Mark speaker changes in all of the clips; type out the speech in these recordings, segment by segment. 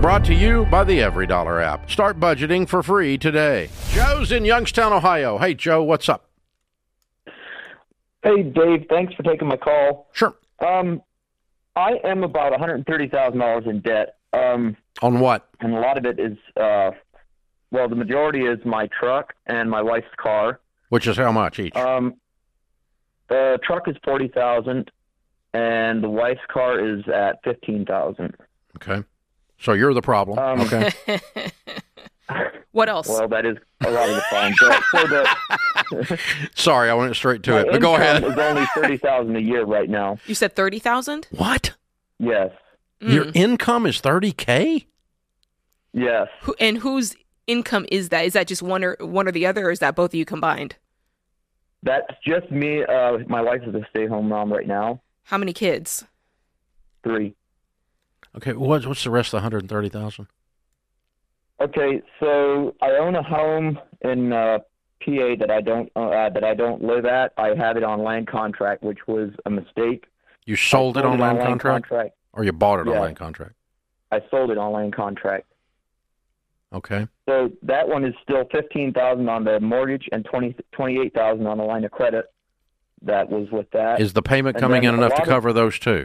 Speaker 1: Brought to you by the Every Dollar app. Start budgeting for free today. Joe's in Youngstown, Ohio. Hey, Joe, what's up?
Speaker 2: Hey, Dave. Thanks for taking my call.
Speaker 1: Sure.
Speaker 2: Um, I am about one hundred thirty thousand dollars in debt. Um,
Speaker 1: On what?
Speaker 2: and a lot of it is, uh, well, the majority is my truck and my wife's car.
Speaker 1: Which is how much each?
Speaker 2: Um, the truck is forty thousand, and the wife's car is at fifteen thousand.
Speaker 1: okay. So you're the problem.
Speaker 2: Um,
Speaker 1: okay.
Speaker 3: What else?
Speaker 2: Well, that is a lot of the fun. But so the
Speaker 1: Sorry, I went straight to
Speaker 2: my
Speaker 1: it. But go
Speaker 2: income
Speaker 1: ahead.
Speaker 2: is only thirty thousand a year right now.
Speaker 3: you said Hmm. 30,000?
Speaker 1: What?
Speaker 2: Yes, Mm.
Speaker 1: Your income is 30K?
Speaker 2: yes.
Speaker 3: Who, and whose income is that? Is that just one or one or the other or is that both of you combined?
Speaker 2: That's just me. Uh, my wife is a stay-home mom right now.
Speaker 3: How many kids?
Speaker 2: Three.
Speaker 1: Okay. What's, what's the rest of the 130,000?
Speaker 2: Okay, so I own a home in uh, PA that I don't uh, that I don't live at. I have it on land contract, which was a mistake.
Speaker 1: You sold
Speaker 2: I
Speaker 1: it on land contract?
Speaker 2: contract.
Speaker 1: Or you bought it on
Speaker 2: Yeah.
Speaker 1: land contract?
Speaker 2: I sold it on land contract.
Speaker 1: Okay.
Speaker 2: So that one is still fifteen thousand on the mortgage and twenty twenty eight thousand on the line of credit. That was with that.
Speaker 1: Is the payment
Speaker 2: Uh, And
Speaker 1: coming
Speaker 2: then
Speaker 1: in
Speaker 2: a
Speaker 1: enough to
Speaker 2: lot of-
Speaker 1: cover those two?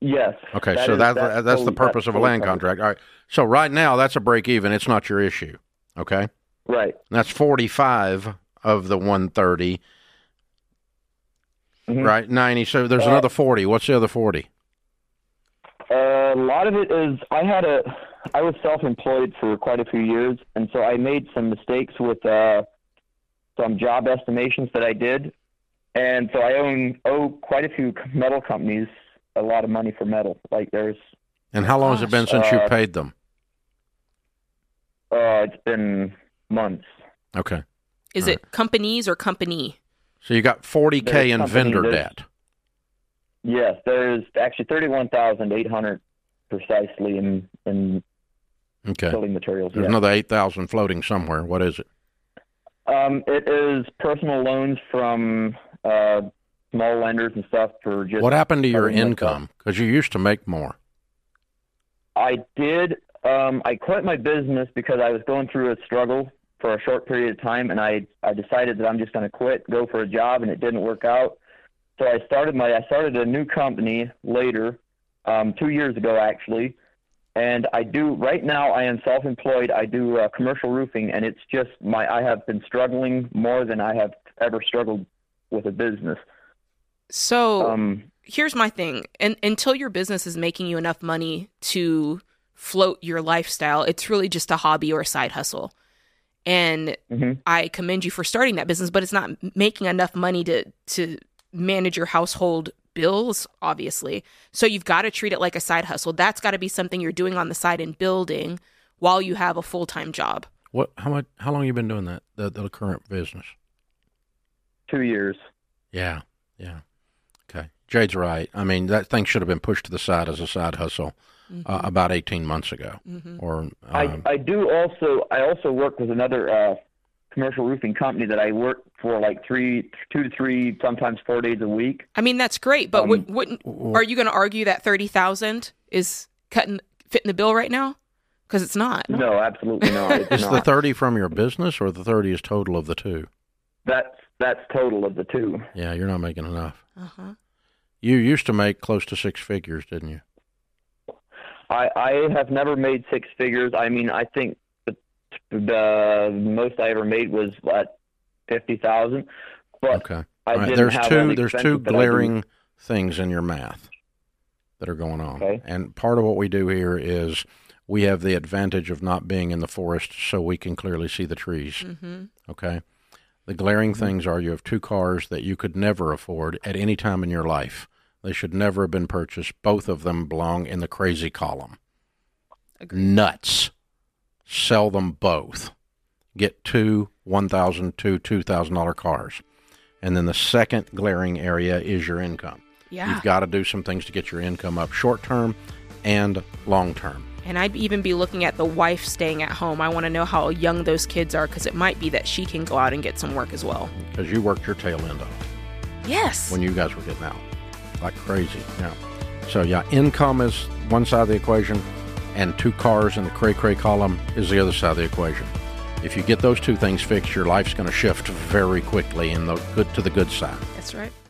Speaker 2: yes.
Speaker 1: Okay,
Speaker 2: that
Speaker 1: so
Speaker 2: is-
Speaker 1: that, that's the
Speaker 2: fully-
Speaker 1: purpose
Speaker 2: that's
Speaker 1: of a
Speaker 2: fully
Speaker 1: land
Speaker 2: covered.
Speaker 1: contract. All right. So right now that's a break even. It's not your issue. Okay, And
Speaker 2: Right.
Speaker 1: that's forty five of the one
Speaker 2: Mhm.
Speaker 1: right? Ninety. So there's
Speaker 2: Uh,
Speaker 1: another forty. What's the other forty?
Speaker 2: A lot of it is I had a I was self-employed for quite a few years, and so I made some mistakes with uh, some job estimations that I did, and so I own owe quite a few metal companies a lot of money for metal. Like there's
Speaker 1: And how long has it been since you
Speaker 2: uh,
Speaker 1: paid them?
Speaker 2: uh, it's been months.
Speaker 1: Okay,
Speaker 3: Is
Speaker 1: All
Speaker 3: it companies or company?
Speaker 1: so you got forty k
Speaker 2: There's
Speaker 1: in
Speaker 2: something
Speaker 1: vendor
Speaker 2: that's-
Speaker 1: debt.
Speaker 2: Yes, there's actually thirty-one thousand eight hundred precisely in in
Speaker 1: Okay,
Speaker 2: building materials.
Speaker 1: there's
Speaker 2: yeah.
Speaker 1: another eight thousand floating somewhere. What is it?
Speaker 2: Um, it is personal loans from uh, small lenders and stuff for just.
Speaker 1: What happened to your
Speaker 2: covering myself.
Speaker 1: income? Because you used to make more.
Speaker 2: I did. Um, I quit my business because I was going through a struggle for a short period of time, and I I decided that I'm just going to quit, go for a job, and it didn't work out. So I started my I started a new company later, um, two years ago actually, and I do right now I am self-employed. I do uh, commercial roofing, and it's just my I have been struggling more than I have ever struggled with a business.
Speaker 3: So
Speaker 2: Um,
Speaker 3: here's my thing and until your business is making you enough money to float your lifestyle it's really just a hobby or a side hustle and
Speaker 2: Mhm.
Speaker 3: i commend you for starting that business but it's not m- making enough money to to manage your household bills obviously so you've got to treat it like a side hustle that's got to be something you're doing on the side and building while you have a full-time job
Speaker 1: What? How much? How long you been doing that? The, the current business?
Speaker 2: two years.
Speaker 1: Yeah, yeah. Okay, Jade's right. I mean, that thing should have been pushed to the side as a side hustle uh, about eighteen months ago,
Speaker 3: Mm-hmm.
Speaker 1: or um,
Speaker 2: Mm-hmm. I, I do also I also work with another uh, commercial roofing company that I work for like three two to three sometimes four days a week.
Speaker 3: i mean that's great
Speaker 1: Um,
Speaker 3: but would, wouldn't
Speaker 1: w-
Speaker 3: are you going to argue that 30000 is cutting fitting the bill right now because it's not
Speaker 2: No, absolutely not. It's
Speaker 1: is the
Speaker 2: not.
Speaker 1: thirty from your business, or the thirty is total of the two?
Speaker 2: that's that's total of the two.
Speaker 1: Yeah, you're not making enough.
Speaker 3: Uh-huh.
Speaker 1: You used to make close to six figures, didn't you?
Speaker 2: I I have never made six figures. I mean I think the, the most I ever made was what fifty thousand. But
Speaker 1: Okay.
Speaker 2: I
Speaker 1: All right,
Speaker 2: didn't
Speaker 1: There's
Speaker 2: have
Speaker 1: two.
Speaker 2: other
Speaker 1: There's two
Speaker 2: expenses that I didn't-
Speaker 1: glaring things in your math that are going on,
Speaker 2: Okay.
Speaker 1: and part of what we do here is we have the advantage of not being in the forest, so we can clearly see the trees.
Speaker 3: Mm-hmm.
Speaker 1: Okay. The glaring things are you have two cars that you could never afford at any time in your life. They should never have been purchased. Both of them belong in the crazy column.
Speaker 3: Agreed.
Speaker 1: Nuts. Sell them both. Get two one thousand to two thousand dollar cars. And then the second glaring area is your income.
Speaker 3: Yeah.
Speaker 1: You've got to do some things to get your income up short term and long term.
Speaker 3: and I'd even be looking at the wife staying at home. I want to know how young those kids are because it might be that she can go out and get some work as well.
Speaker 1: Because you worked your tail end off.
Speaker 3: Yes.
Speaker 1: when you guys were getting out like crazy. Yeah. So yeah, income is one side of the equation, and two cars in the cray cray column is the other side of the equation. If you get those two things fixed, your life's going to shift very quickly in the good to the good side.
Speaker 3: That's right.